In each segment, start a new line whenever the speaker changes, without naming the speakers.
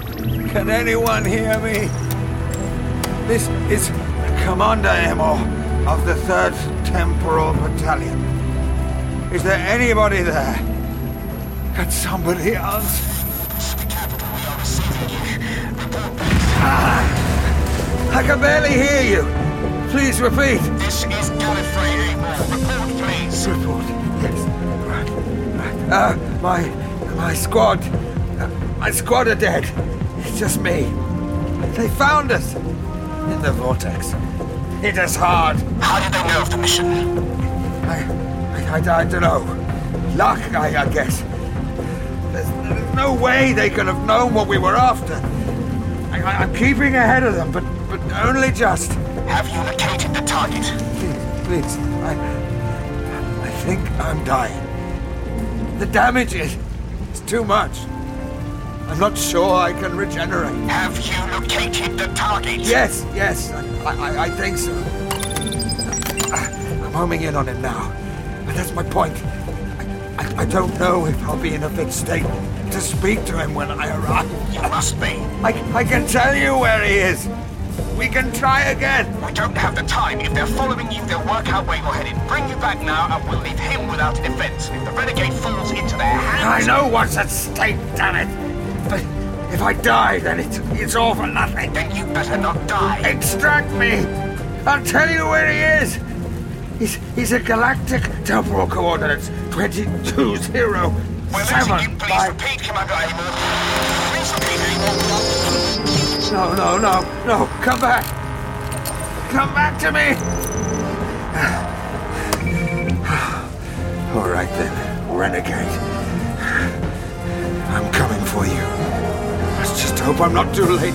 Can anyone hear me? This is Commander Emor of the 3rd Temporal Battalion. Is there anybody there? Can somebody else? Ah, I can barely hear you. Please repeat.
This is Gallifrey Avon. Report, please.
Report. Yes. Right. Right. Uh, my my squad, uh, my squad are dead. It's just me. They found us in the vortex. Hit us hard.
How did they know of the mission?
I I, I, don't know. Luck, I, I guess. There's, there's no way they could have known what we were after. I, I, I'm keeping ahead of them, but but only just.
Have you located the target?
Please, please, I, I think I'm dying. The damage is, is too much. I'm not sure I can regenerate.
Have you located the target?
Yes, yes, I, I, I think so. I'm homing in on him now. And that's my point. I, I, I don't know if I'll be in a fit state to speak to him when I arrive.
You must be.
I, I can tell you where he is. We can try again.
We don't have the time. If they're following you, they'll work out where you're headed. Bring you back now, and we'll leave him without a defense. If the renegade falls into their
I
hands,
know what's at stake, damn it. But if I die, then it's, it's all for nothing.
then you better not die.
Extract me! I'll tell you where he is! He's, he's at galactic temporal coordinates 220
We're losing you. Please repeat, Commander Amor. Please repeat, Amor.
No, no, no, no, come back! Come back to me! All right then, renegade. I'm coming for you. Let's just hope I'm not too late.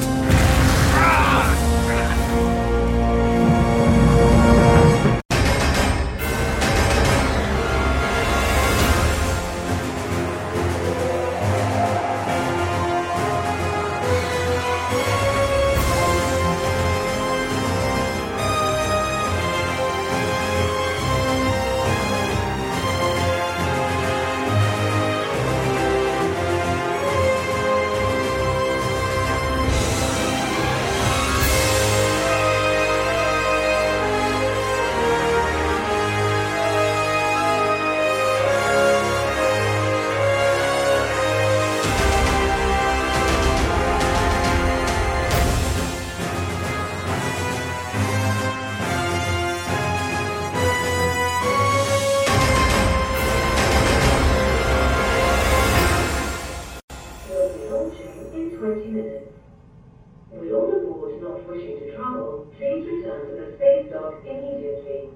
Your departure in 20 minutes. With all aboard not wishing to travel, please return to the space dock immediately.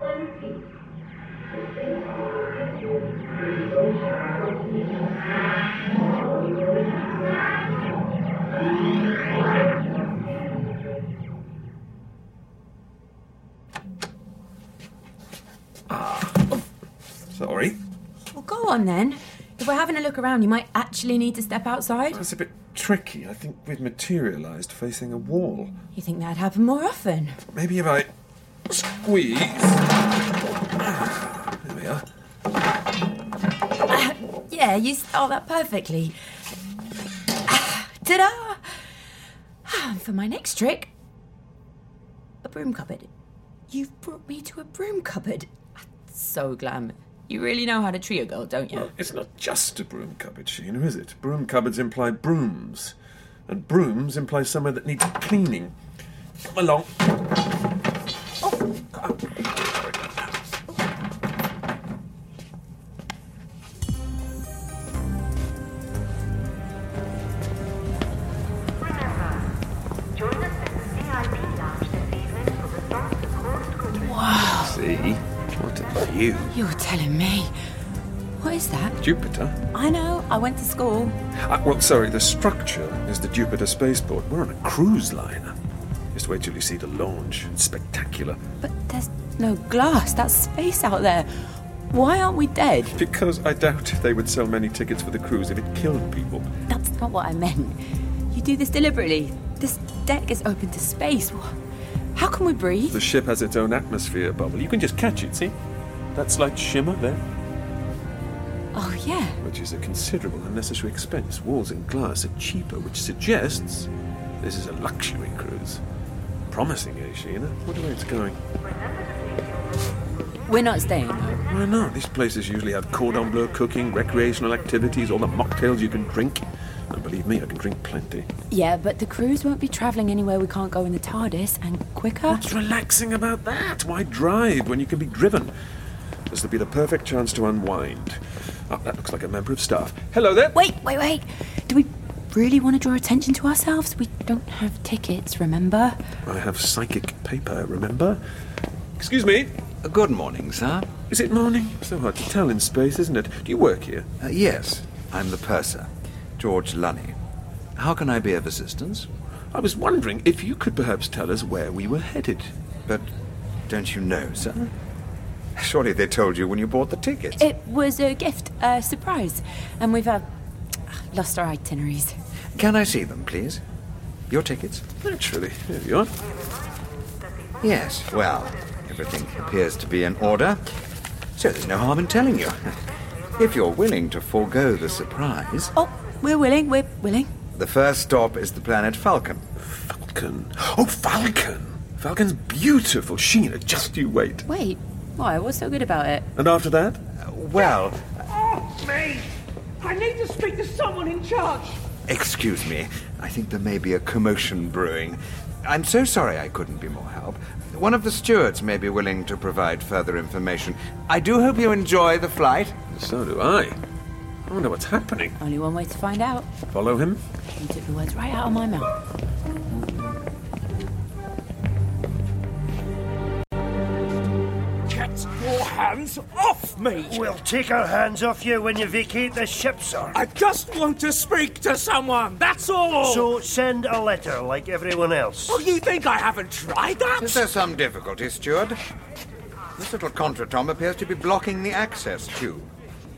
I repeat, the space dock is in departure 20 minutes.
Sorry.
Well, go on then. If we're having a look around, you might actually need to step outside.
That's a bit tricky. I think we've materialised facing a wall.
You think that'd happen more often?
Maybe if I squeeze. Ah, There we are.
Yeah, you start that perfectly. Ah, Ta-da! Ah, and For my next trick, a broom cupboard. You've brought me to a broom cupboard. That's so glam. You really know how to treat a girl, don't you?
It's not just a broom cupboard, Sheena, is it? Broom cupboards imply brooms, and brooms imply somewhere that needs cleaning. Come along.
Remember, join us in the VIP lounge this evening for the start of course cooking.
See? What about you?
You're telling me. What is that?
Jupiter?
I know, I went to school.
Ah, well, sorry, the structure is the Jupiter spaceport. We're on a cruise liner. Just wait till you see the launch. It's spectacular.
But there's no glass, that's space out there. Why aren't we dead?
Because I doubt if they would sell many tickets for the cruise if it killed people.
That's not what I meant. You do this deliberately. This deck is open to space. Wh- How can we breathe?
The ship has its own atmosphere bubble. You can just catch it, see? That slight shimmer there.
Oh, yeah.
which is a considerable unnecessary expense. Walls and glass are cheaper, which suggests this is a luxury cruise. Promising, eh, Sheena? What way it's going?
We're not staying. though.
Why not? These places usually have cordon bleu cooking, recreational activities, all the mocktails you can drink. And believe me, I can drink plenty.
Yeah, but the cruise won't be travelling anywhere we can't go in the TARDIS and quicker.
What's relaxing about that? Why drive when you can be driven? This will be the perfect chance to unwind. Oh, that looks like a member of staff. Hello there.
Wait, wait, wait. Do we really want to draw attention to ourselves? We don't have tickets, remember?
I have psychic paper, remember? Excuse me.
Good morning, sir.
Is it morning? So hard to tell in space, isn't it? Do you work here?
Uh, yes, I'm the purser, George Lunny. How can I be of assistance?
I was wondering if you could perhaps tell us where we were headed.
But don't you know, sir? Surely they told you when you bought the tickets.
It was a gift, a surprise. And we've uh, lost our itineraries.
Can I see them, please? Your tickets?
Naturally. Here you are.
Yes. Well, everything appears to be in order. So there's no harm in telling you. If you're willing to forego the surprise,
Oh, we're willing, we're willing.
the first stop is the planet Falcon.
Falcon. Oh, Falcon! Falcon's beautiful. Sheena, just you wait.
Wait, why? What's so good about it?
And after that?
Well,
Oh, me! I need to speak to someone in charge.
Excuse me. I think there may be a commotion brewing. I'm so sorry I couldn't be more help. One of the stewards may be willing to provide further information. I do hope you enjoy the flight.
So do I. I wonder what's happening.
Only one way to find out.
Follow him?
You took the words right out of my mouth.
Get your hands off me!
We'll take our hands off you when you vacate the ship, sir.
I just want to speak to someone, that's all!
So send a letter like everyone else.
Oh, you think I haven't tried that?
Is there some difficulty, steward? This little contretemps appears to be blocking the access queue.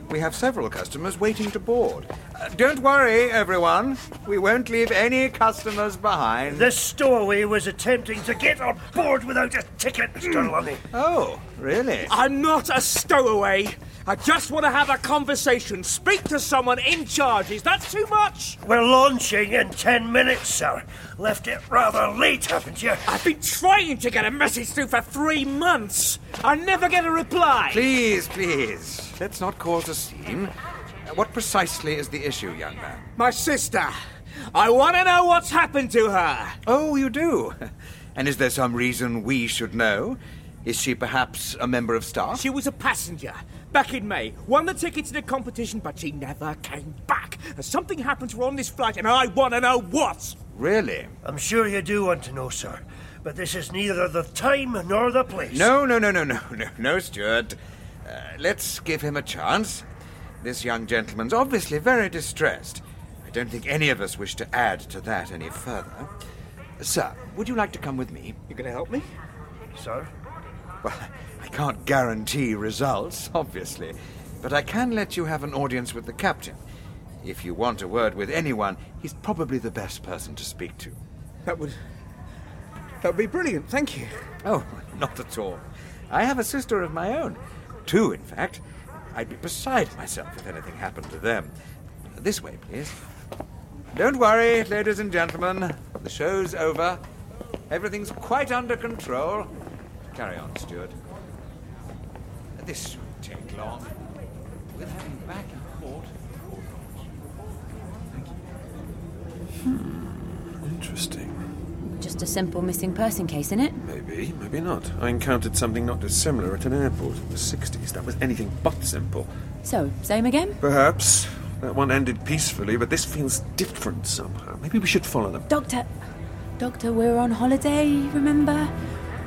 We have several customers waiting to board. Uh, don't worry, everyone. We won't leave any customers behind.
This stowaway was attempting to get on board without a ticket, Mr. Lunny.
Oh, really?
I'm not a stowaway. I just want to have a conversation. Speak to someone in charge. Is that too much?
We're launching in ten minutes, sir. Left it rather late, haven't you?
I've been trying to get a message through for three months. I never get a reply.
Please, please. Let's not cause a scene. Uh, What precisely is the issue, young man?
My sister. I want to know what's happened to her.
Oh, you do? And is there some reason we should know? Is she perhaps a member of staff?
She was a passenger back in May. Won the tickets in a competition, but she never came back. And something happened to her on this flight, and I want to know what.
Really?
I'm sure you do want to know, sir. But this is neither the time nor the place.
No, no, no, no, no, no, no, Stuart. Uh, let's give him a chance. This young gentleman's obviously very distressed. I don't think any of us wish to add to that any further. Sir, would you like to come with me?
You gonna help me?
Sir,
Well, I can't guarantee results, obviously, but I can let you have an audience with the captain. If you want a word with anyone, he's probably the best person to speak to.
That would. That would be brilliant, thank you.
Oh, not at all. I have a sister of my own. Two, in fact. I'd be beside myself if anything happened to them. This way, please. Don't worry, ladies and gentlemen. The show's over. Everything's quite under control. Carry on, Stuart. This shouldn't take long. With having back in port.
Interesting.
Just a simple missing person case, innit?
Maybe, maybe not. I encountered something not dissimilar at an airport in the 60s. That was anything but simple.
So, same again?
Perhaps. That one ended peacefully, but this feels different somehow. Maybe we should follow them.
Doctor. Doctor, we're on holiday, remember?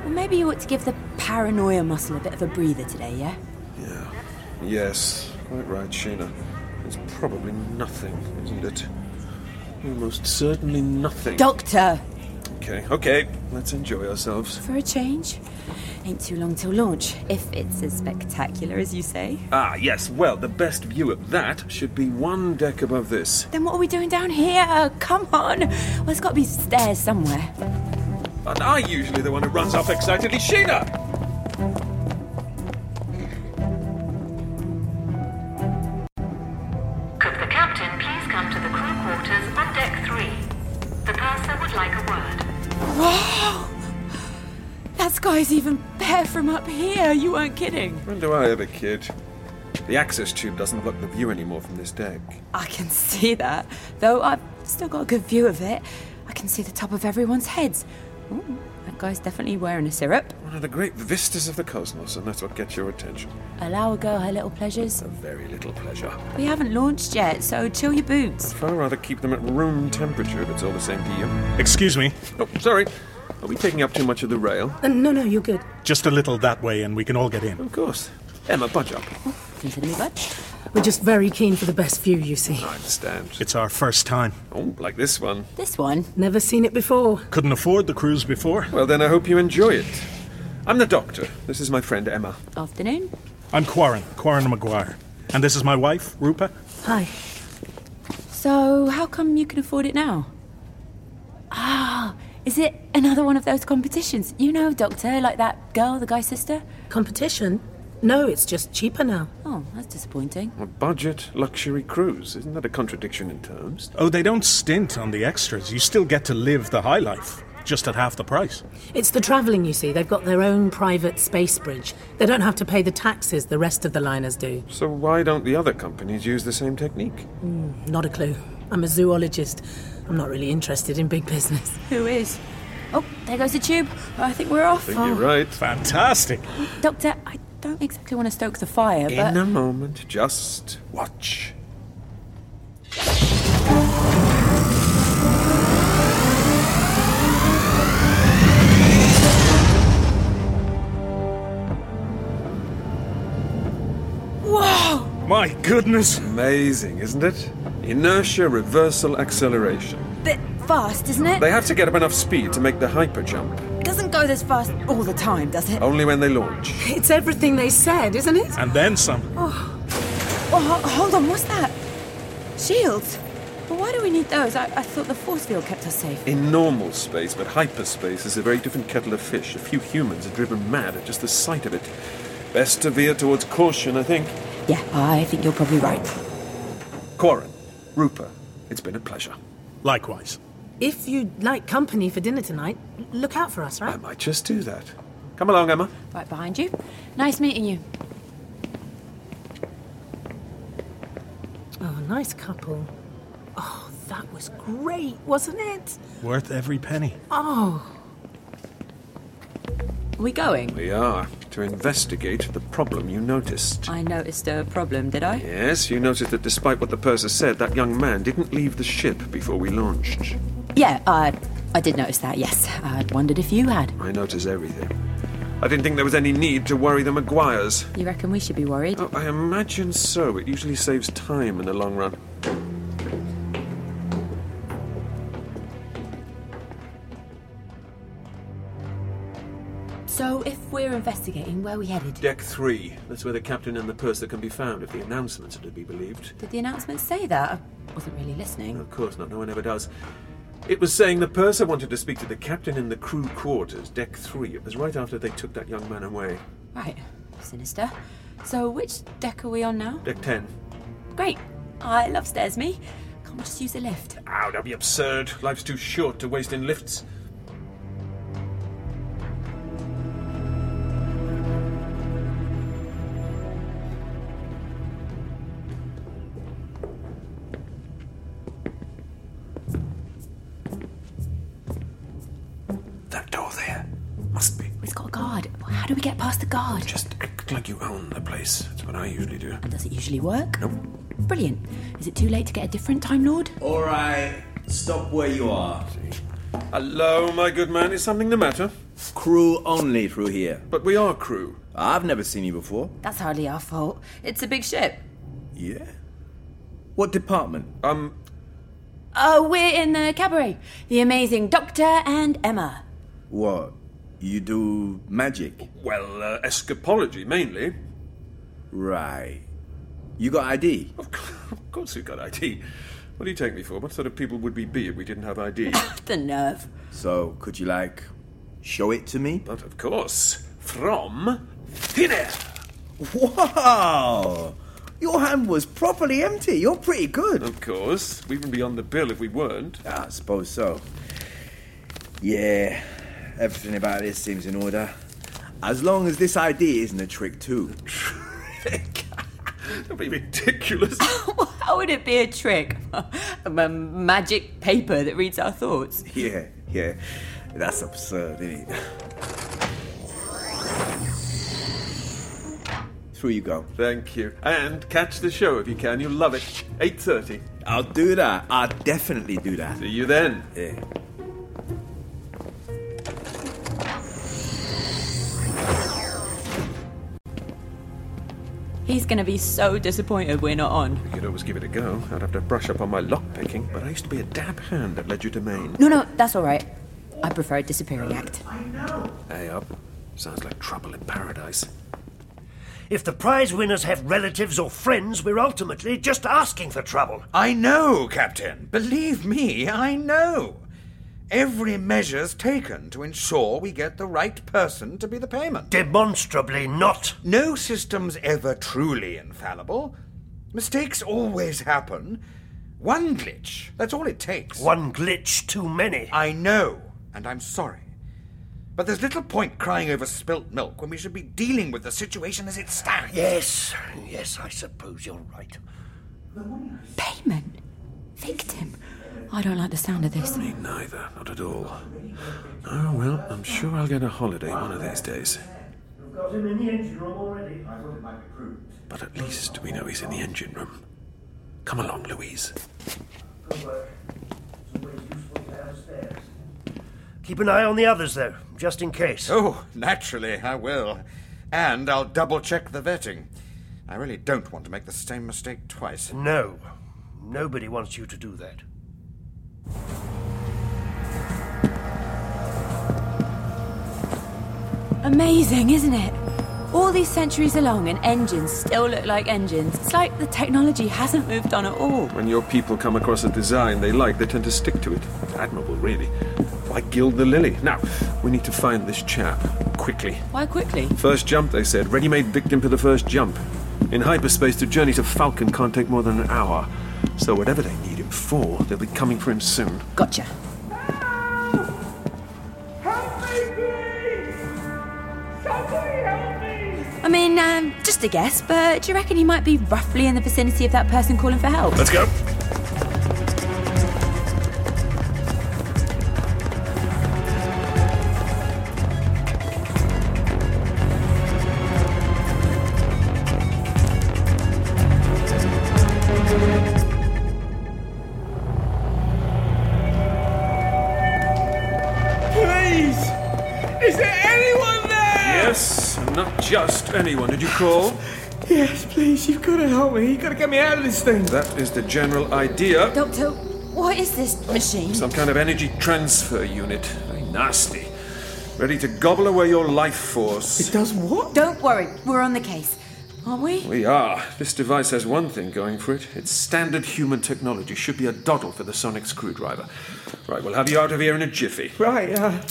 Well, maybe you ought to give the paranoia muscle a bit of a breather today, yeah?
Yeah. Yes, quite right, Sheena. It's probably nothing, isn't it? Almost certainly nothing.
Doctor!
okay, okay. Let's enjoy ourselves.
For a change. Ain't too long till launch, if it's as spectacular as you say.
Ah, yes. Well, the best view of that should be one deck above this.
Then what are we doing down here? Come on! Well, there's got to be stairs somewhere.
And I usually the one who runs off excitedly. Sheena!
like a word.
Wow! That sky's even bare from up here. You weren't kidding.
When do I ever kid? The access tube doesn't block the view anymore from this deck.
I can see that. Though I've still got a good view of it. I can see the top of everyone's heads. Ooh, that guy's definitely wearing a syrup.
One of the great vistas of the cosmos, and that's what gets your attention.
Allow a girl her little pleasures.
A very little pleasure.
We haven't launched yet, so chill your boots.
Far rather keep them at room temperature if it's all the same to you.
Excuse me,
Oh, sorry. Are we taking up too much of the rail?
Uh, no, no, you're good.
just a little that way and we can all get in.
Of course. Emma, budge up.
Consider me budge.
We're just very keen for the best view, you see.
I understand.
It's our first time.
Oh, like this one.
This one.
Never seen it before.
Couldn't afford the cruise before.
Well, then I hope you enjoy it. I'm the doctor. This is my friend Emma.
Afternoon.
I'm Quarren, Quarren Maguire. And this is my wife, Rupa.
Hi.
So, how come you can afford it now? Ah, is it another one of those competitions? You know, Doctor, like that girl, the guy's sister?
Competition? No, it's just cheaper now.
Oh, that's disappointing.
A budget luxury cruise. Isn't that a contradiction in terms?
Oh, they don't stint on the extras. You still get to live the high life, just at half the price.
It's the travelling, you see. They've got their own private space bridge. They don't have to pay the taxes the rest of the liners do.
So why don't the other companies use the same technique?
Not a clue. I'm a zoologist. I'm not really interested in big business.
Who is? Oh, there goes the tube. I think we're off.
I think you're right.
Fantastic.
Doctor, I don't exactly want to stoke the fire, but.
In a moment, just watch.
Whoa!
My goodness.
Amazing, isn't it? Inertia reversal acceleration.
Bit fast, isn't it?
They have to get up enough speed to make the hyper jump,
Doesn't go this fast all the time, does it?
only when they launch.
It's everything they said, isn't it?
And then some.
Oh, ho- hold on, what's that? Shields? But why do we need those? I, I thought the force field kept us safe.
In normal space, but hyperspace is a very different kettle of fish. A few humans are driven mad at just the sight of it. Best to veer towards caution, I think.
Yeah, I think you're probably right.
Quarren, Rupa, it's been a pleasure.
Likewise.
If you'd like company for dinner tonight, look out for us,
I
right?
might just do that. Come along, Emma.
Right behind you. Nice meeting you.
Oh, nice couple. Oh, that was great, wasn't it?
Worth every penny.
Oh,
Are we going?
We are to investigate the problem you noticed.
I noticed a problem, did I?
Yes, you noticed that despite what the purser said, that young man didn't leave the ship before we launched.
Yeah, I, I did notice that, yes. I wondered if you had.
I notice everything. I didn't think there was any need to worry the Maguires.
You reckon we should be worried?
Oh, I imagine so. It usually saves time in the long run.
So, if we're investigating, where are we headed?
Deck three. That's where the captain and the purser can be found if the announcements are to be believed.
Did the announcement say that? I wasn't really listening.
Of course not. No one ever does. It was saying the purser wanted to speak to the captain in the crew quarters, deck three. It was right after they took that young man away.
Right, sinister. So, which deck are we on now?
Deck ten.
Great. I love stairs, me. Can't we just use a lift?
Ow, that'd be absurd. Life's too short to waste in lifts.
That door there must be.
It's got a guard. How do we get past the guard?
Just act like you own the place. That's what I usually do.
And does it usually work? Nope. Brilliant. Is it too late to get a different Time Lord?
All right, stop where you are.
Hello, my good man. Is something the matter?
Crew only through here.
But we are crew.
I've never seen you before.
That's hardly our fault. It's a big ship.
Yeah? What department?
Um,
Oh, we're in the cabaret. The amazing Doctor and Emma.
What? You do magic?
well, uh, escapology mainly.
Right. You got ID?
Of, c- of course we've got ID. What do you take me for? What sort of people would we be if we didn't have ID?
The nerve.
So, could you, like, show it to me?
but of course, from thin air.
Wow! Your hand was properly empty. You're pretty good.
Of course, we wouldn't be on the bill if we weren't.
I suppose so. Yeah, everything about this seems in order. As long as this ID isn't a trick, too.
That'd be ridiculous.
How would it be a trick? a ma- magic paper that reads our thoughts.
Yeah, yeah. That's absurd, isn't it? Through you go.
Thank you. And catch the show if you can. You'll love it. 8.30.
I'll do that. I'll definitely do that.
See you then.
Yeah.
He's gonna be so disappointed we're not on.
You could always give it a go. I'd have to brush up on my lockpicking, but I used to be a dab hand at legerdemain.
No, no, that's all right. I prefer a disappearing act.
Hey up. Sounds like trouble in paradise.
If the prize winners have relatives or friends, we're ultimately just asking for trouble.
I know, Captain. Believe me, I know. Every measure's taken to ensure we get the right person to be the payment.
Demonstrably not.
No system's ever truly infallible. Mistakes always happen. One glitch, that's all it takes.
One glitch too many. Ah,
I know, and I'm sorry. But there's little point crying over spilt milk when we should be dealing with the situation as it stands.
Yes, yes, I suppose you're right.
Payment? Victim? I don't like the sound of this.
Me neither, not at all. Oh well, I'm sure I'll get a holiday one of these days.
Got him in the engine room already.
But at least we know he's in the engine room. Come along, Louise.
Keep an eye on the others, though, just in case.
Oh, naturally, I will. And I'll double check the vetting. I really don't want to make the same mistake twice.
No, nobody wants you to do that.
Amazing, isn't it? All these centuries along, and engines still look like engines. It's like the technology hasn't moved on at all.
When your people come across a design they like, they tend to stick to it. Admirable, really. Why gild the lily? Now, we need to find this chap. Quickly.
Why quickly?
First jump, they said. Ready made victim to the first jump. In hyperspace, the journey to Falcon can't take more than an hour. So, whatever they need him for, they'll be coming for him soon.
Gotcha. I mean, um, just a guess, but do you reckon he might be roughly in the vicinity of that person calling for help?
Let's go.
Please! Is there anyone there?
Yes, and not just anyone. Did you call?
Yes, please, you've got to help me. You've got to get me out of this thing.
That is the general idea.
Doctor, what is this machine?
Some kind of energy transfer unit. Very nasty. Ready to gobble away your life force. It
does what?
Don't worry, we're on the case. Aren't we?
We are. This device has one thing going for it. It's standard human technology. Should be a doddle for the sonic screwdriver. Right, we'll have you out of here in a jiffy.
Right, uh,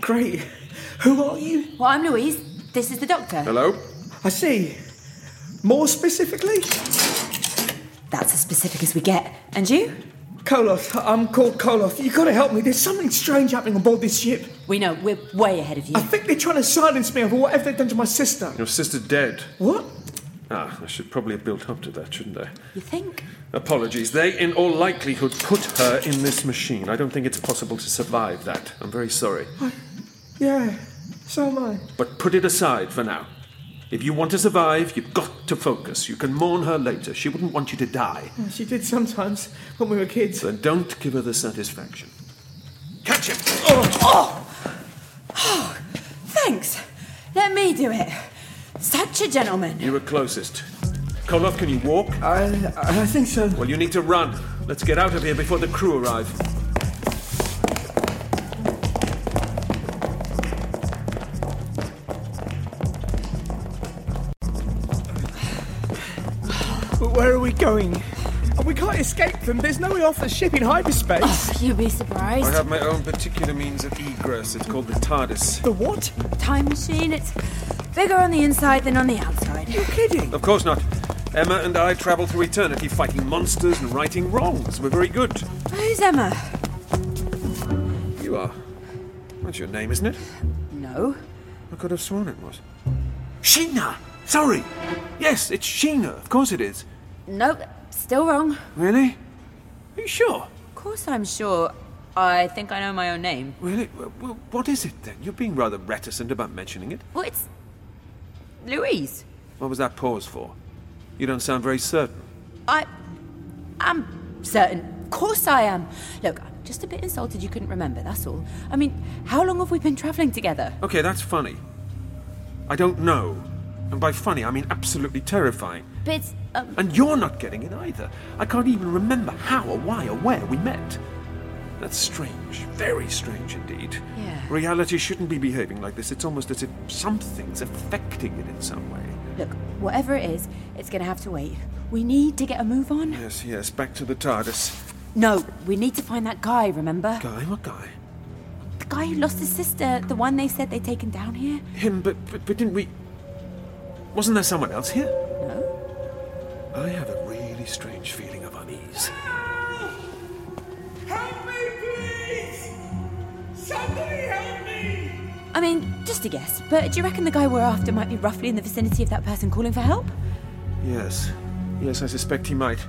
great. Who are you?
Well, I'm Louise. This is the doctor.
Hello?
I see. More specifically?
That's as specific as we get. And you?
Koloth. I'm called Koloth. You've got to help me. There's something strange happening on board this ship.
We know, we're way ahead of you.
I think they're trying to silence me over whatever they've done to my sister.
Your sister's dead.
What?
Ah, I should probably have built up to that, shouldn't I?
You think?
Apologies. They, in all likelihood, put her in this machine. I don't think it's possible to survive that. I'm very sorry.
Yeah, so am I.
But put it aside for now. If you want to survive, you've got to focus. You can mourn her later. She wouldn't want you to die.
Oh, She did sometimes when we were kids.
Then don't give her the satisfaction.
Catch him!
Oh! Oh! Thanks! Let me do it. Such a gentleman.
You were closest. Koloff, can you walk?
I, I think so.
Well, you need to run. Let's get out of here before the crew arrive.
But where are we going? Oh, We can't escape them. There's no way off the ship in hyperspace.
You'll be
I
surprised.
have my own particular means of egress. It's called the TARDIS.
The what?
Time machine, it's bigger on the inside than on the outside.
You're kidding.
Of course not. Emma and I travel through eternity fighting monsters and righting wrongs. We're very good.
Who's Emma?
You are. That's your name, isn't it?
No.
I could have sworn it was. Sheena! Sorry! Yes, it's Sheena. Of course it is.
Nope, still wrong.
Really? Are you sure?
Of course I'm sure. I think I know my own name.
Really? Well, well, what is it then? You're being rather reticent about mentioning it.
Well, it's. Louise.
What was that pause for? You don't sound very certain.
I am certain. Of course I am. Look, I'm just a bit insulted you couldn't remember, that's all. I mean, how long have we been travelling together?
Okay, that's funny. I don't know. And by funny, I mean absolutely terrifying.
But it's. Um,
And you're not getting it either. I can't even remember how or why or where we met. That's strange. Very strange indeed.
Yeah.
Reality shouldn't be behaving like this. It's almost as if something's affecting it in some way.
Look, whatever it is, it's gonna have to wait. We need to get a move on.
Yes, yes, back to the TARDIS.
No, we need to find that guy, remember?
Guy, what guy?
The guy who lost his sister, the one they said they'd taken down here?
Him, but, but, but didn't we. Wasn't there someone else here?
No.
I have a really strange feeling of unease.
Help me, please! Somebody help me!
I mean, just a guess, but do you reckon the guy we're after might be roughly in the vicinity of that person calling for help?
Yes. Yes, I suspect he might.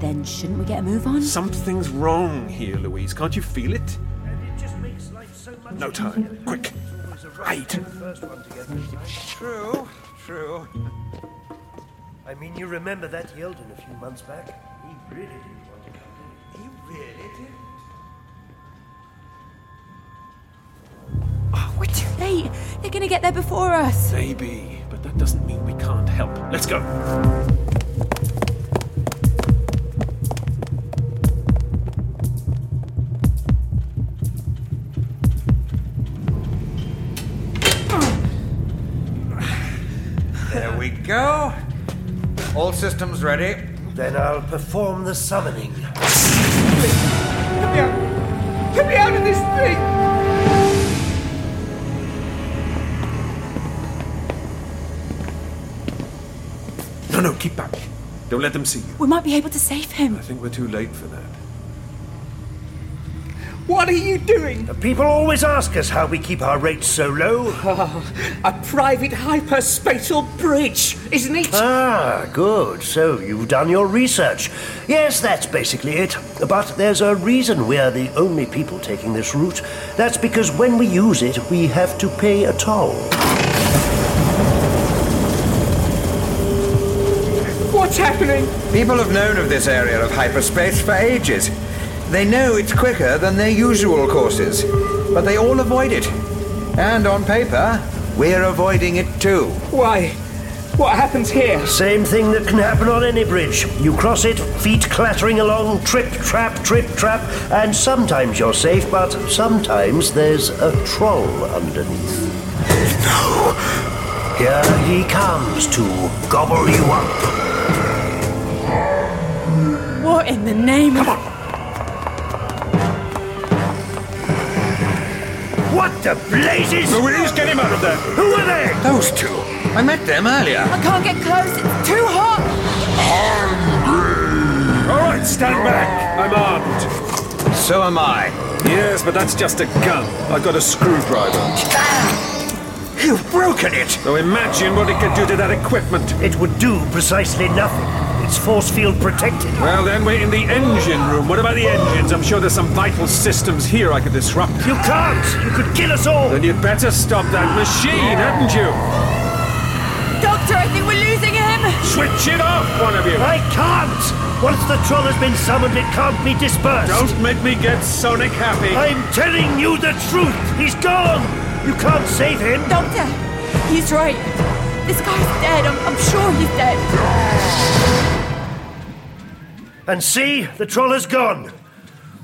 Then shouldn't we get a move on?
Something's wrong here, Louise. Can't you feel it?
It just makes life so much
No time. Quick. Right.
True, true. I mean, you remember that Yeldon a few months back? He really didn't want to come. He really did.
We're too late. They're gonna get there before us.
Maybe, but that doesn't mean we can't help. Let's go.
There we go. All systems ready.
Then I'll perform the summoning.
Get me out of this thing!
No, no, keep back. Don't let them see you.
We might be able to save him.
I think we're too late for that.
What are you doing? people always ask us how we keep our rates so low.
A private hyperspatial bridge, isn't it?
Ah, good. So you've done your research. Yes, that's basically it. But there's a reason we are the only people taking this route. That's because when we use it, we have to pay a toll.
What's happening?
People have known of this area of hyperspace for ages. They know it's quicker than their usual courses, but they all avoid it. And on paper, we're avoiding it too.
Why? What happens here? Same thing that can happen on any bridge. You cross it, feet clattering along, trip, trap, trip, trap, and sometimes you're safe, but sometimes there's a troll underneath. No! Here he comes to gobble you up.
What in the name of.
What the blazes?
Louise, get him out of there!
Who are they?
Those two. I met them earlier.
I can't get close. It's too hot.
All right, stand back. I'm armed.
So am I.
Yes, but that's just a gun. I've got a screwdriver.
You've broken it.
So imagine what it could do to that equipment.
It would do precisely nothing. It's force field protected.
Well, then we're in the engine room. What about the engines? I'm sure there's some vital systems here I could disrupt.
You can't! You could kill us all!
Then you'd better stop that machine, hadn't you?
Doctor, I think we're losing him.
Switch it off, one of you!
I can't! Once the troll has been summoned, it can't be dispersed.
Don't make me get Sonic happy.
I'm telling you the truth! He's gone! You can't save him!
Doctor, he's right. This guy's dead. I'm, I'm sure he's dead.
And see, the troll has gone.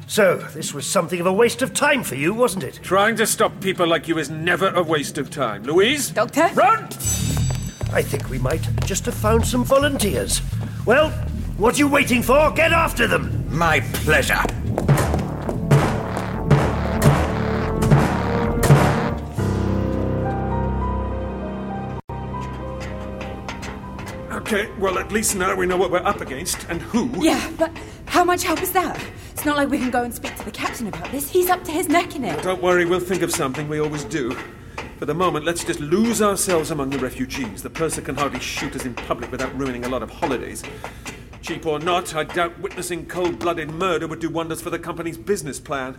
So, this was something of a waste of time for you, wasn't it?
Trying to stop people like you is never a waste of time. Louise?
Doctor?
Run!
I think we might just have found some volunteers. Well, what are you waiting for? Get after them!
My pleasure.
Okay, well, at least now we know what we're up against and who.
Yeah, but
How much help is that? It's not like we can go and speak to the captain about this. He's up to his neck in it.
Don't worry, we'll think of something, we always do. For the moment, let's just lose ourselves among the refugees. The purser can hardly shoot us in public without ruining a lot of holidays. Cheap or not, I doubt witnessing cold blooded murder would do wonders for the company's business plan.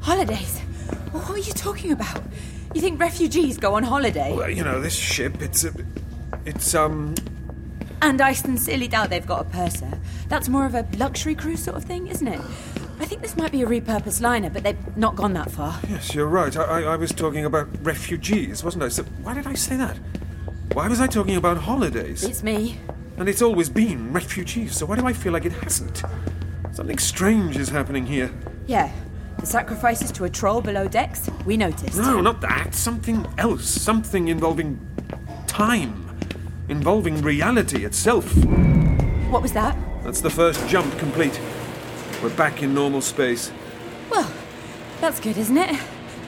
Holidays? Well, what are you talking about? You think refugees go on holiday?
Well, you know, this ship, it's a. It's, um.
And I sincerely doubt they've got a purser. That's more of a luxury cruise sort of thing, isn't it? I think this might be a repurposed liner, but they've not gone that far.
Yes, you're right. I, I, I was talking about refugees, wasn't I? So why did I say that? Why was I talking about holidays?
It's me.
And it's always been refugees, so why do I feel like it hasn't? Something strange is happening here.
Yeah. The sacrifices to a troll below decks, we noticed.
No, Oh, not that. Something else. Something involving time. Involving reality itself.
What was that?
That's the first jump complete. We're back in normal space.
Well, that's good, isn't it?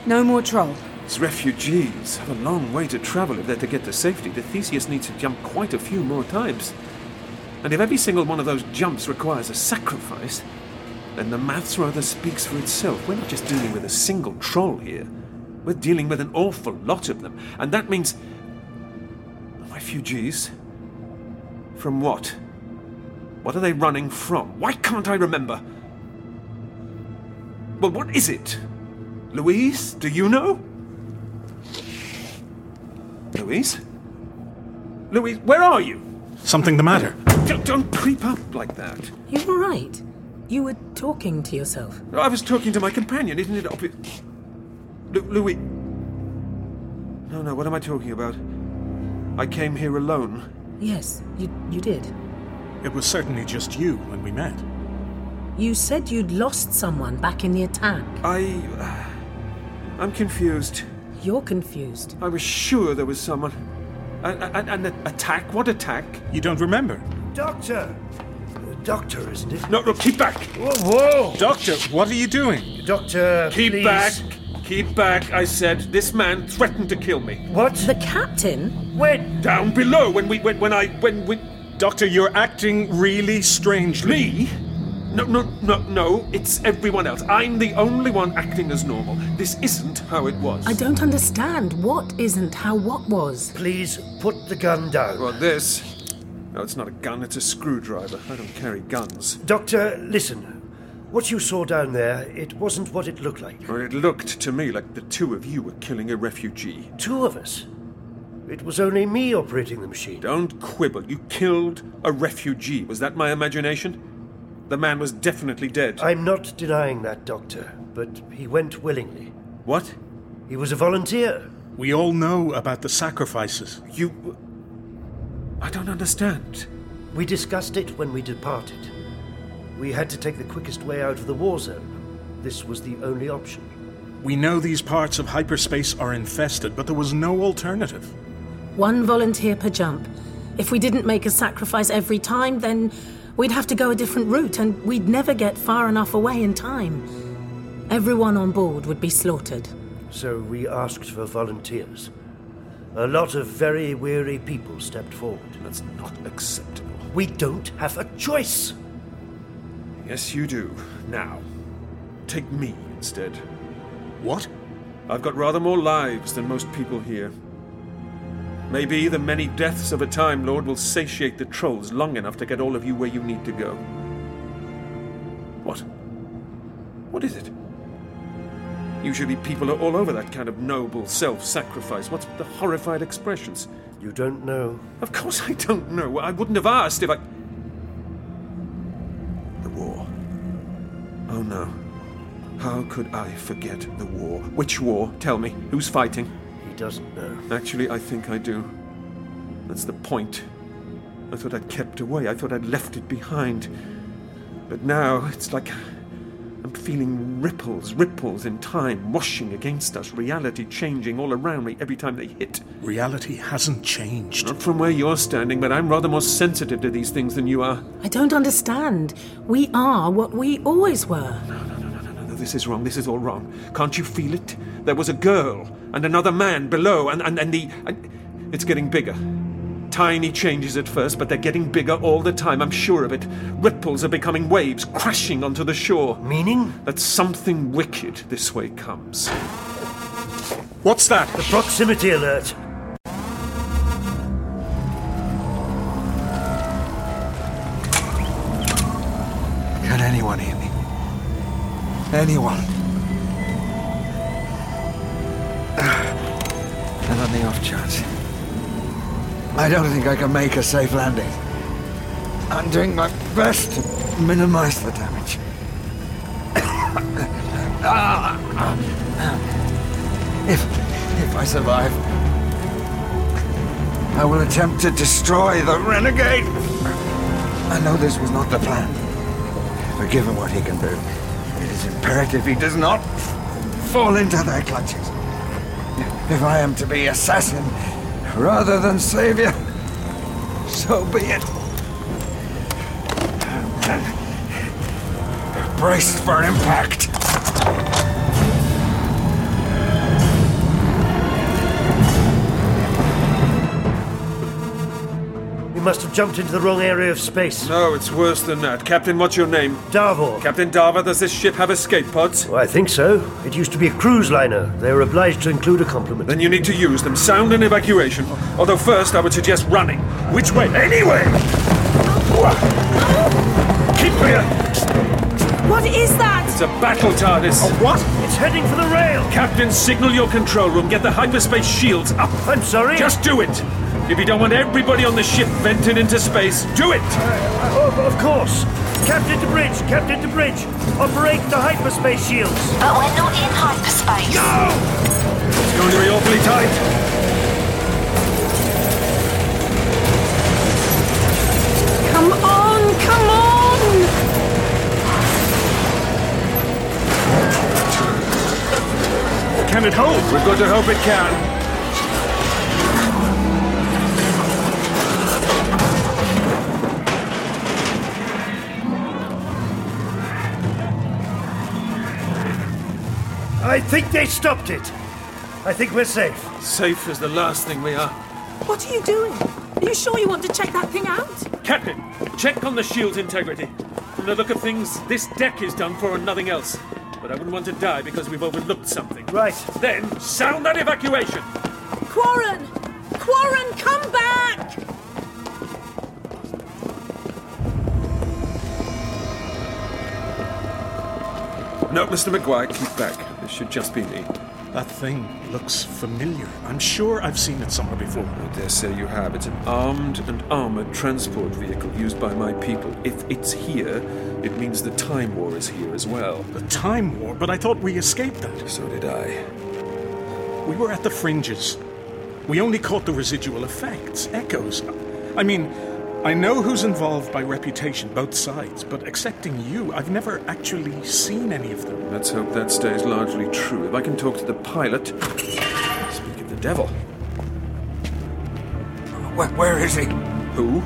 No more troll.
These refugees have a long way to travel if they're to get to safety. The Theseus needs to jump quite a few more times. And if every single one of those jumps requires a sacrifice, then the maths rather speaks for itself. We're not just dealing with a single troll here. We're dealing with an awful lot of them. And that means. refugees? From what? What are they running from? Why can't I remember? Well, what is it? Louise, do you know? Louise? Louise, where are you?
Something the matter?
Don't, don't creep up like that.
You're all right. You were talking to yourself.
I was talking to my companion, isn't it obvious? Lu- Louis. No, no, what am I talking about? I came here alone.
Yes, you, you did.
It was certainly just you when we met.
You said you'd lost someone back in the attack.
I. I'm confused.
You're confused.
I was sure there was someone. An, an, an attack? What attack?
You don't remember?
Doctor! Doctor, isn't it?
No, no, keep back!
Whoa, whoa!
Doctor, what are you doing?
Doctor,
Keep
please.
back! Keep back, I said. This man threatened to kill me.
What?
The captain?
When?
Down below, when we. when, when I. when we.
Doctor, you're acting really strangely.
Me? No, no, no, no. It's everyone else. I'm the only one acting as normal. This isn't how it was.
I don't understand what isn't how what was.
Please put the gun down.
Well, this. No, it's not a gun, it's a screwdriver. I don't carry guns.
Doctor, listen. What you saw down there, it wasn't what it looked like.
Well, it looked to me like the two of you were killing a refugee.
Two of us. It was only me operating the machine.
Don't quibble. You killed a refugee. Was that my imagination? The man was definitely dead.
I'm not denying that, Doctor, but he went willingly.
What?
He was a volunteer.
We all know about the sacrifices.
You. I don't understand.
We discussed it when we departed. We had to take the quickest way out of the war zone. This was the only option.
We know these parts of hyperspace are infested, but there was no alternative.
One volunteer per jump. If we didn't make a sacrifice every time, then we'd have to go a different route and we'd never get far enough away in time. Everyone on board would be slaughtered.
So we asked for volunteers. A lot of very weary people stepped forward.
That's not acceptable.
We don't have a choice.
Yes, you do. Now, take me instead.
What?
I've got rather more lives than most people here. Maybe the many deaths of a Time Lord will satiate the trolls long enough to get all of you where you need to go. What? What is it? Usually people are all over that kind of noble self sacrifice. What's with the horrified expressions?
You don't know.
Of course I don't know. I wouldn't have asked if I. The war. Oh no. How could I forget the war? Which war? Tell me. Who's fighting?
He doesn't know.
Actually, I think I do. That's the point. I thought I'd kept away. I thought I'd left it behind. But now it's like I'm feeling ripples, ripples in time washing against us, reality changing all around me every time they hit.
Reality hasn't changed.
Not from where you're standing, but I'm rather more sensitive to these things than you are.
I don't understand. We are what we always were.
No, no, this is wrong, this is all wrong. Can't you feel it? There was a girl and another man below, and, and, and the. And it's getting bigger. Tiny changes at first, but they're getting bigger all the time, I'm sure of it. Ripples are becoming waves, crashing onto the shore.
Meaning?
That something wicked this way comes.
What's that?
The proximity alert.
Can anyone hear me? Anyone? And on the off chance, I don't think I can make a safe landing. I'm doing my best to minimize the damage. Ah! if, if I survive, I will attempt to destroy the renegade. I know this was not the plan, but given what he can do, it is imperative he does not fall into their clutches. If I am to be assassin rather than savior, so be it. Braced for impact.
We must have jumped into the wrong area of space.
No, it's worse than that. Captain, what's your name?
Darvor.
Captain Darva, does this ship have escape pods?
I think so. It used to be a cruise liner. They were obliged to include a compliment.
Then you need to use them. Sound an evacuation. Although first, I would suggest running. Which way? Anyway! Keep clear!
What is that? Oh.
It's a battle TARDIS. A
what? It's heading for the rail.
Captain, signal your control room. Get the hyperspace shields up.
I'm sorry?
Just do it. If you don't want everybody on the ship vented into space, do it.
Oh, of course. Captain to bridge, Captain to bridge. Operate the hyperspace shields.
But we're not in hyperspace. No!
It's going to be awfully tight.
Come on, come on!
Can it hold? We've got to hope it can.
I think they stopped it. I think we're safe.
Safe is the last thing we are.
What are you doing? Are you sure you want to check that thing out?
Captain, check on the shield's integrity. From the look of things, this deck is done for and nothing else. But I wouldn't want to die because we've overlooked something.
Right.
Then sound that evacuation.
Quarren! Quarren, come back!
No, Mr. McGuire, keep back. This should just be me.
That thing looks familiar. I'm sure I've seen it somewhere before.
I dare say you have. It's an armed and armored transport vehicle used by my people. If it's here, it means the Time War is here as well.
The Time War, but I thought we escaped that.
So did I.
We were at the fringes. We only caught the residual effects, echoes. I mean, I know who's involved by reputation, both sides, but excepting you, I've never actually seen any of them.
Let's hope that stays largely true. If I can talk to the pilot. Speak of the devil.
Where, where is he?
Who?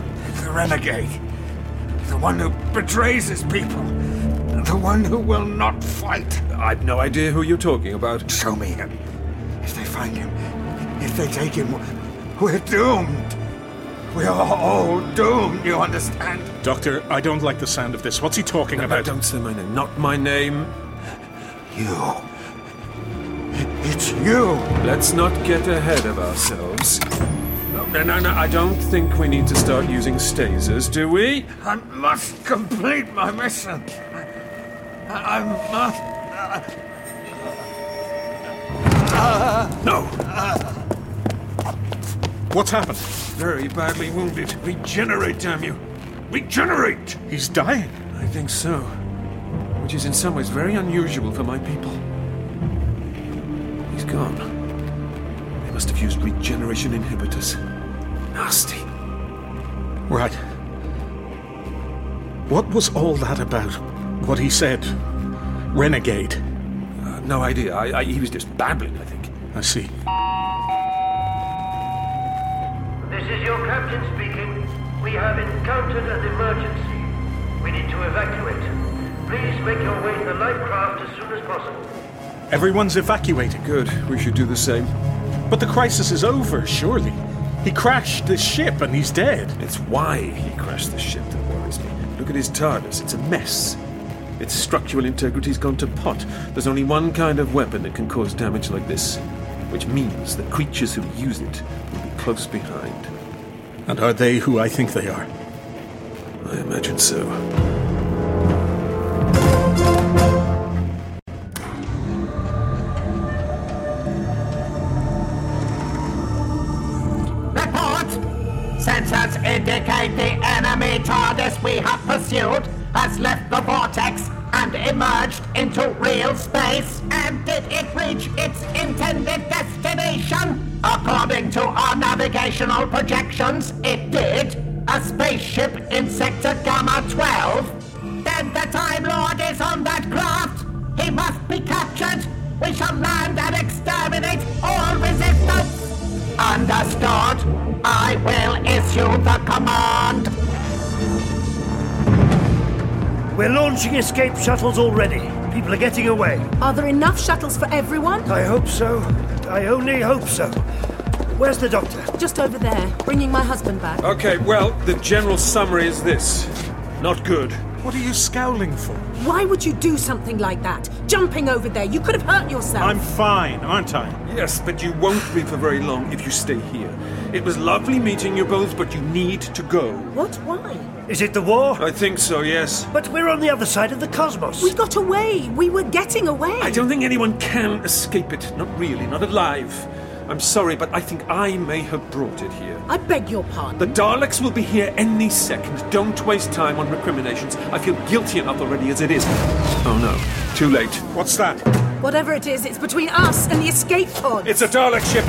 The renegade. The one who betrays his people. The one who will not fight.
I've no idea who you're talking about.
Show me him. If they find him, if they take him, we're doomed. We are all doomed, you understand?
Doctor, I don't like the sound of this. What's he talking
No, no,
about?
don't say my name. Not my name.
You. It's you.
Let's not get ahead of ourselves. No, no, no, no. I don't think we need to start using stasers, do we?
I must complete my mission. I, I must.
No!
What's happened?
Very badly wounded. Regenerate, damn you! Regenerate!
He's dying.
I think so. Which is in some ways very unusual for my people. He's gone. They must have used regeneration inhibitors. Nasty.
Right. What was all that about? What he said? Renegade.
Uh, no idea. I, I, he was just babbling, I think.
I see.
This is your captain speaking. We have encountered an emergency. We need to evacuate. Please make your way to the light craft as soon as possible.
Everyone's evacuated. Good. We should do the same. But the crisis is over, surely. He crashed this ship and he's dead.
It's why he crashed the ship that worries me. Look at his TARDIS. It's a mess. Its structural integrity's gone to pot. There's only one kind of weapon that can cause damage like this, which means that creatures who use it will be close behind.
And are they who I think they are?
I imagine so.
Report! Sensors indicate the enemy TARDIS we have pursued has left the vortex and emerged into real space. And did it reach its intended destination? According to our navigational projections, it did. A spaceship in Sector Gamma 12. Then the Time Lord is on that craft. He must be captured. We shall land and exterminate all resistance. Understood. I will issue the command.
We're launching escape shuttles already. People are getting away.
Are there enough shuttles for everyone?
I hope so. I only hope so. Where's the doctor?
Just over there, bringing my husband back.
Okay, well, the general summary is this not good.
What are you scowling for?
Why would you do something like that? Jumping over there, you could have hurt yourself.
I'm fine, aren't I?
Yes, but you won't be for very long if you stay here. It was lovely meeting you both, but you need to go.
What? Why?
Is it the war?
I think so, yes.
But we're on the other side of the cosmos.
We got away. We were getting away.
I don't think anyone can escape it. Not really, not alive. I'm sorry, but I think I may have brought it here.
I beg your pardon.
The Daleks will be here any second. Don't waste time on recriminations. I feel guilty enough already as it is. Oh no, too late.
What's that?
Whatever it is, it's between us and the escape pod. Ah.
It's a Dalek ship.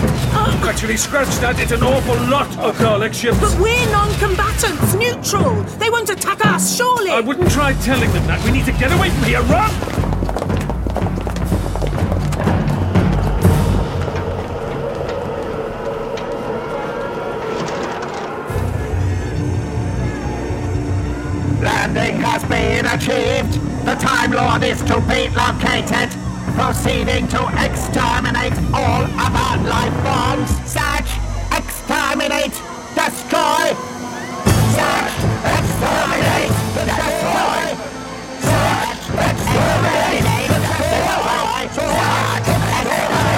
Actually, scratch that. It's an awful lot of Dalek ships.
But we're non combatants, neutral. They won't attack us, surely.
I wouldn't try telling them that. We need to get away from here. Run!
Landing has been achieved. The Time Lord is to be located. Proceeding to exterminate all other life forms. Search, exterminate, destroy. Search, exterminate, destroy. Search, exterminate, destroy. Search, exterminate, destroy. Search, exterminate, destroy.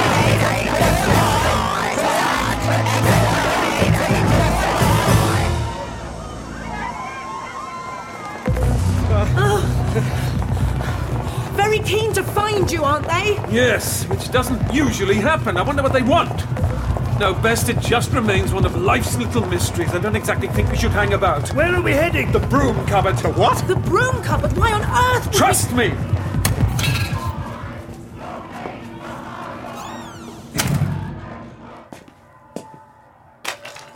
Very keen to find you, aren't they?
Yes, which doesn't usually happen. I wonder what they want. No, best it just remains one of life's little mysteries. I don't exactly think we should hang about.
Where are we heading?
The broom cupboard. The what?
The broom cupboard? Why on earth? would
Trust me!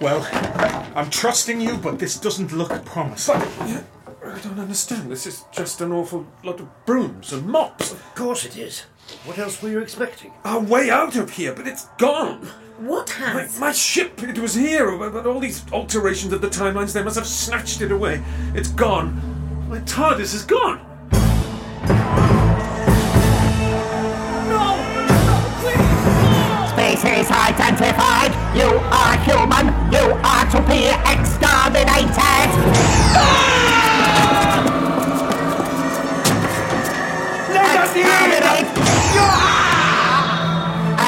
Well, I'm trusting you, but this doesn't look promising.
I don't understand. This is just an awful lot of brooms and mops.
Of course it is. What else were you expecting?
Our way out of here, but it's gone.
What
My,
has?
my ship, it was here, but but all these alterations of the timelines, they must have snatched it away. It's gone. My TARDIS is gone.
Species identified. You are human. You are to be exterminated. Exterminate.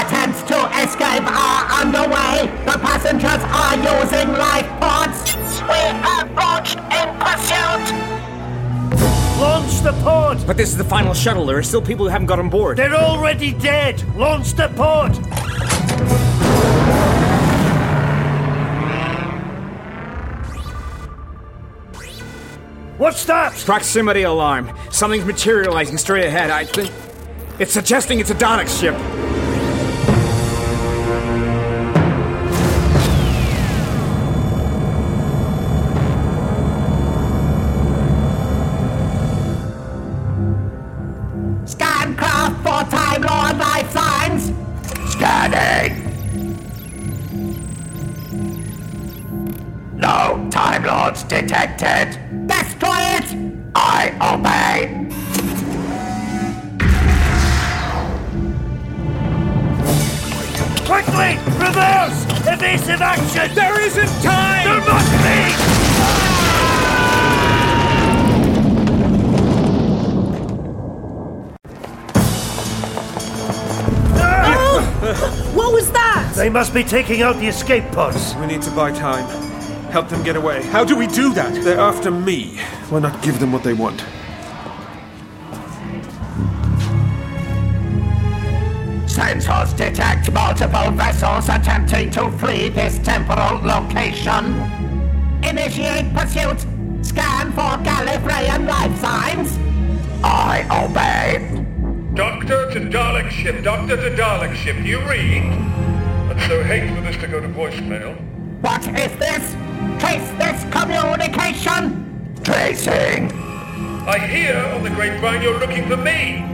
Attempts to escape are underway. The passengers are using life pods. We are launched in pursuit.
Launch the pod!
But this is the final shuttle. There are still people who haven't got on board.
They're already dead! Launch the pod! What's that?
Proximity alarm. Something's materializing straight ahead. I think it's suggesting it's a Donic ship.
Scan craft for Time Lord life signs. Scanning. No Time Lords detected. Destroy it. I obey.
Quickly! Reverse! Evasive action! There isn't time! There must be!
Oh! What was that?
They must be taking out the escape pods.
We need to buy time. Help them get away. How do we do that? They're after me. Why not give them what they want?
Sensors detect multiple vessels attempting to flee this temporal location. Initiate pursuit. Scan for Gallifreyan life signs. I obey.
Doctor to Dalek ship, Doctor to Dalek ship, do you read? I'd so hate for this to go to voicemail.
What is this? Trace this communication. Tracing.
I hear on the grapevine you're looking for me.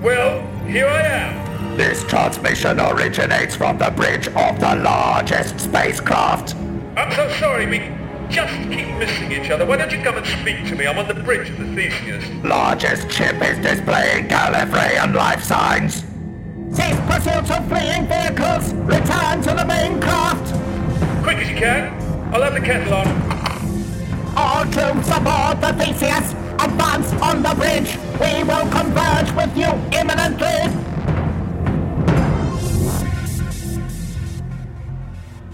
Well, here I am.
This transmission originates from the bridge of the largest spacecraft.
I'm so sorry, we just keep missing each other. Why don't you come and speak to me? I'm on the bridge of the Theseus.
Largest ship is displaying Gallifreyan life signs. Cease pursuit of fleeing vehicles. Return to the main craft.
Quick as you can. I'll have the kettle on.
All troops aboard the Theseus. Advance on the bridge. We will converge with you imminently.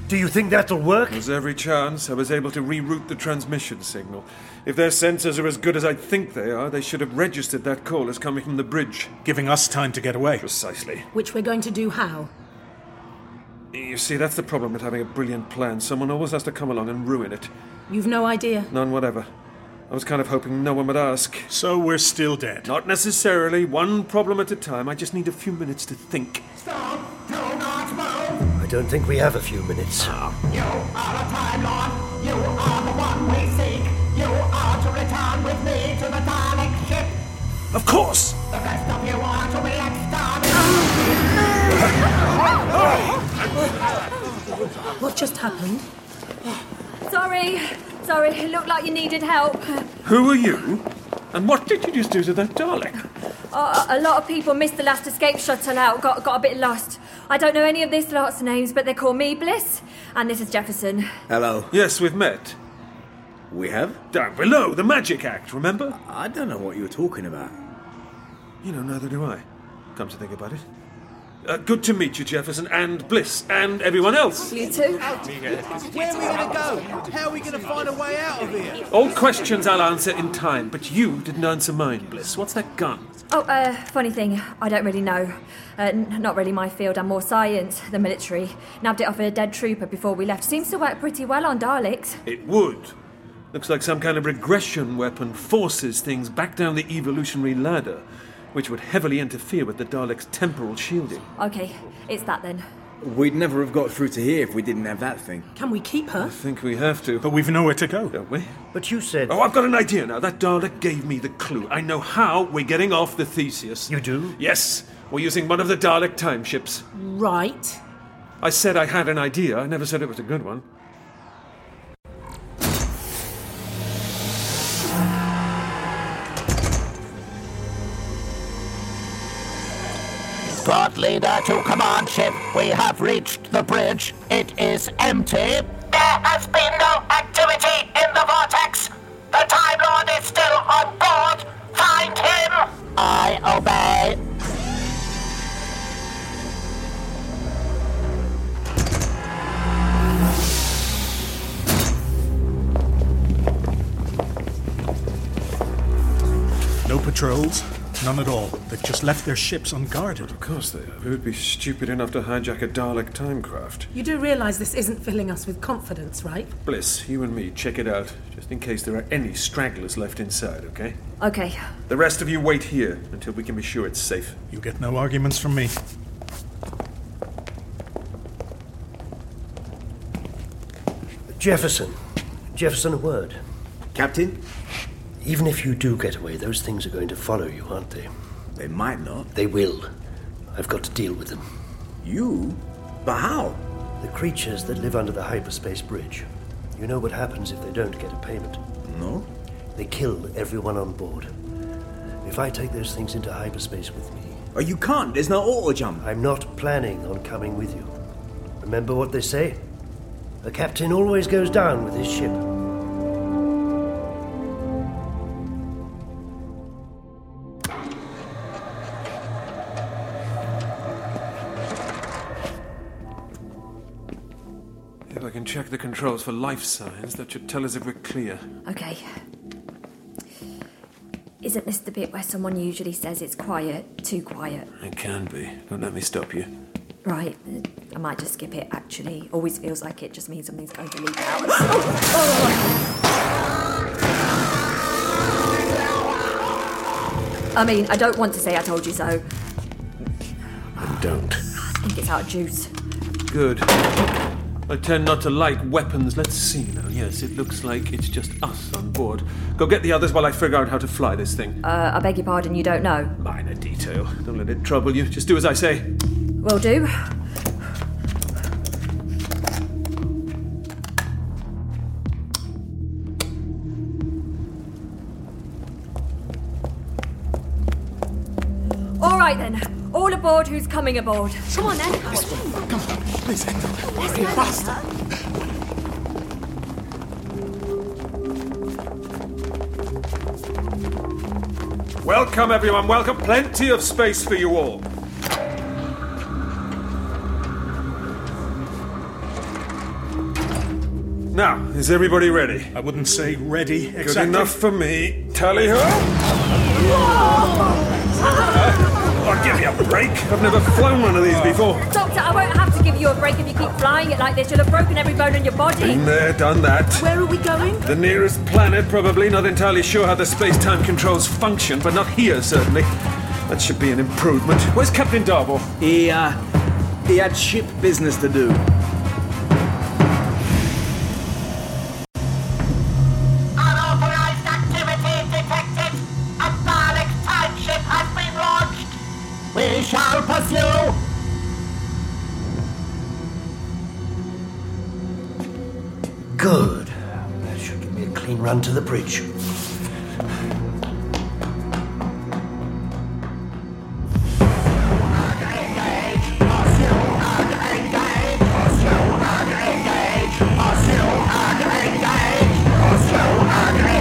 Do you think that'll work? There's every chance I was able to reroute the transmission signal. If their sensors are as good as I think they are, they should have registered that call as coming from the bridge, giving us time to get away. Precisely.
Which we're going to do how?
You see, that's the problem with having a brilliant plan. Someone always has to come along and ruin it.
You've no idea.
None whatever. I was kind of hoping no one would ask. So we're still dead? Not necessarily. One problem at a time. I just need a few minutes to think.
I don't think we have a few minutes.
You are the one we seek. You are to return with me to the Dalek ship.
Of course!
The rest of you are to be
What just happened?
Sorry, sorry, it looked like you needed help.
Who are you? And what did you just do to that Dalek?
Uh, a lot of people missed the last escape shuttle out, got, got a bit lost. I don't know any of this lot's names, but they call me Bliss, and this is Jefferson.
Hello. Yes, we've met. We have? Down below, the magic act, remember? I don't know what you were talking about. You know, neither do I. Come to think about it. Uh, good to meet you, Jefferson, and Bliss, and everyone else.
You too.
Where are we going to go? How are we going to find a way out of here?
All questions I'll answer in time, but you didn't answer mine, Bliss. What's that gun?
Oh, uh, funny thing, I don't really know. Uh, n- not really my field, I'm more science, the military. Nabbed it off a dead trooper before we left. Seems to work pretty well on Daleks.
It would. Looks like some kind of regression weapon forces things back down the evolutionary ladder, which would heavily interfere with the Dalek's temporal shielding.
Okay, it's that then.
We'd never have got through to here if we didn't have that thing.
Can we keep her?
I think we have to. But we've nowhere to go. Don't we? But you said. Oh, I've got an idea now. That Dalek gave me the clue. I know how we're getting off the Theseus. You do? Yes. We're using one of the Dalek time ships.
Right.
I said I had an idea. I never said it was a good one.
Squad leader to command ship. We have reached the bridge. It is empty. There has been no activity in the vortex. The Time Lord is still on board. Find him. I obey.
No patrols? None at all. They've just left their ships unguarded.
Of course they have. Who would be stupid enough to hijack a Dalek timecraft?
You do realise this isn't filling us with confidence, right?
Bliss, you and me, check it out, just in case there are any stragglers left inside, okay?
Okay.
The rest of you wait here until we can be sure it's safe.
You get no arguments from me.
Jefferson. Jefferson, a word. Captain? Even if you do get away, those things are going to follow you, aren't they? They might not. They will. I've got to deal with them. You? But how? The creatures that live under the hyperspace bridge. You know what happens if they don't get a payment? No. They kill everyone on board. If I take those things into hyperspace with me. Oh, you can't. There's no auto jump. I'm not planning on coming with you. Remember what they say? A captain always goes down with his ship.
If I can check the controls for life signs, that should tell us if we're clear.
Okay. Isn't this the bit where someone usually says it's quiet, too quiet?
It can be. Don't let me stop you.
Right, I might just skip it actually. Always feels like it just means something's going to leak out. Oh, oh. I mean, I don't want to say I told you so.
And don't.
I think it's out of juice.
Good. I tend not to like weapons. Let's see now. Yes, it looks like it's just us on board. Go get the others while I figure out how to fly this thing.
Uh, I beg your pardon, you don't know.
Minor detail. Don't let it trouble you. Just do as I say.
Will do. All right then. All aboard who's coming aboard. Come on then. Come on. Please, Hector. Hurry faster.
Welcome, everyone. Welcome. Plenty of space for you all. Now, is everybody ready? I wouldn't say ready Good
exactly.
enough for me. Tally ho! Oh, give me a break. I've never flown one of these before.
Doctor, I won't have to give you a break if you keep flying it like this. You'll have broken every bone in your body.
Been there, done that.
Where are we going?
The nearest planet, probably. Not entirely sure how the space time controls function, but not here, certainly. That should be an improvement. Where's Captain Darbo?
He, uh, he had ship business to do.
Unauthorized activity detected. A Dalek type ship has been launched.
We shall pursue.
Good. That should give me a clean run to the bridge.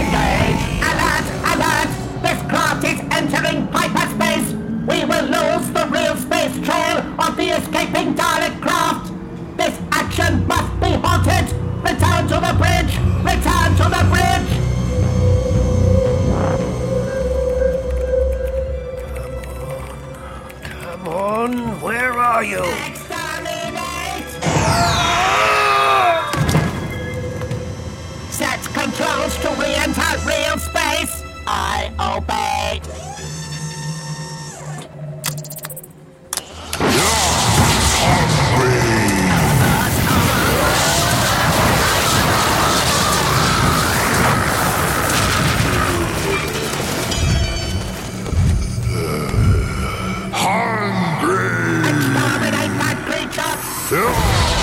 Alert! Alert! This craft is entering hyperspace! We will lose the real space trail of the escaping Dalek craft! This action must be halted! Return to the bridge! Return to the bridge!
Come on, where are you?
Set controls to re-enter real space! I obey! Exterminate that creature!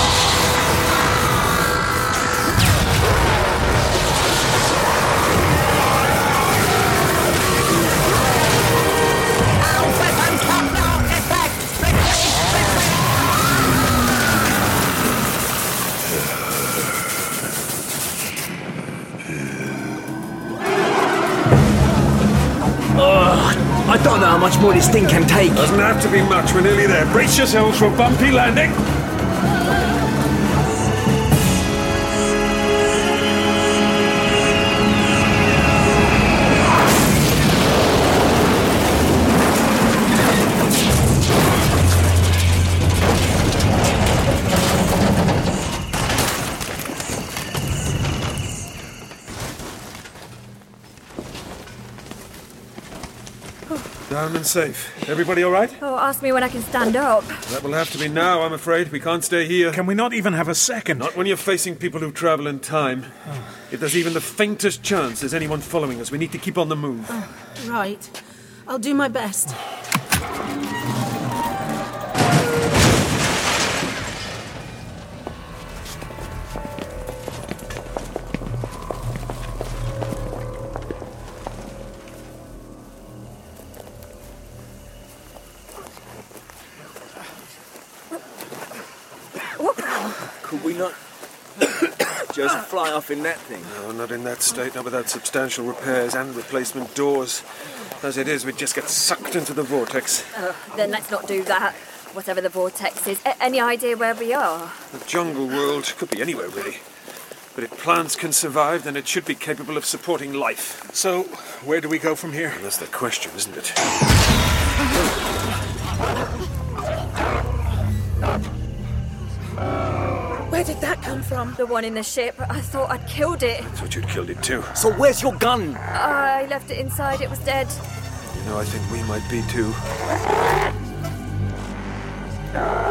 I don't know how much more this thing can take. Doesn't have to be much. We're nearly there. Brace yourselves for a bumpy landing. Down and safe. Everybody all right?
Oh, ask me when I can stand up.
That will have to be now, I'm afraid. We can't stay here. Can we not even have a second? Not when you're facing people who travel in time. If there's even the faintest chance there's anyone following us, we need to keep on the move.
Right. I'll do my best.
Whoop.
not just fly off in that thing?
No, not in that state, not without substantial repairs and replacement doors. As it is, we'd just get sucked into the vortex.
Ugh, then let's not do that. Whatever the vortex is. A- any idea where we are?
The jungle world could be anywhere, really. But if plants can survive, then it should be capable of supporting life. So, where do we go from here? That's the question, isn't it?
Where did that come from? The one in the ship. I thought I'd killed it.
Thought you'd killed it too.
So where's your gun?
I Ah, left it inside. It was dead.
You know, I think we might be too.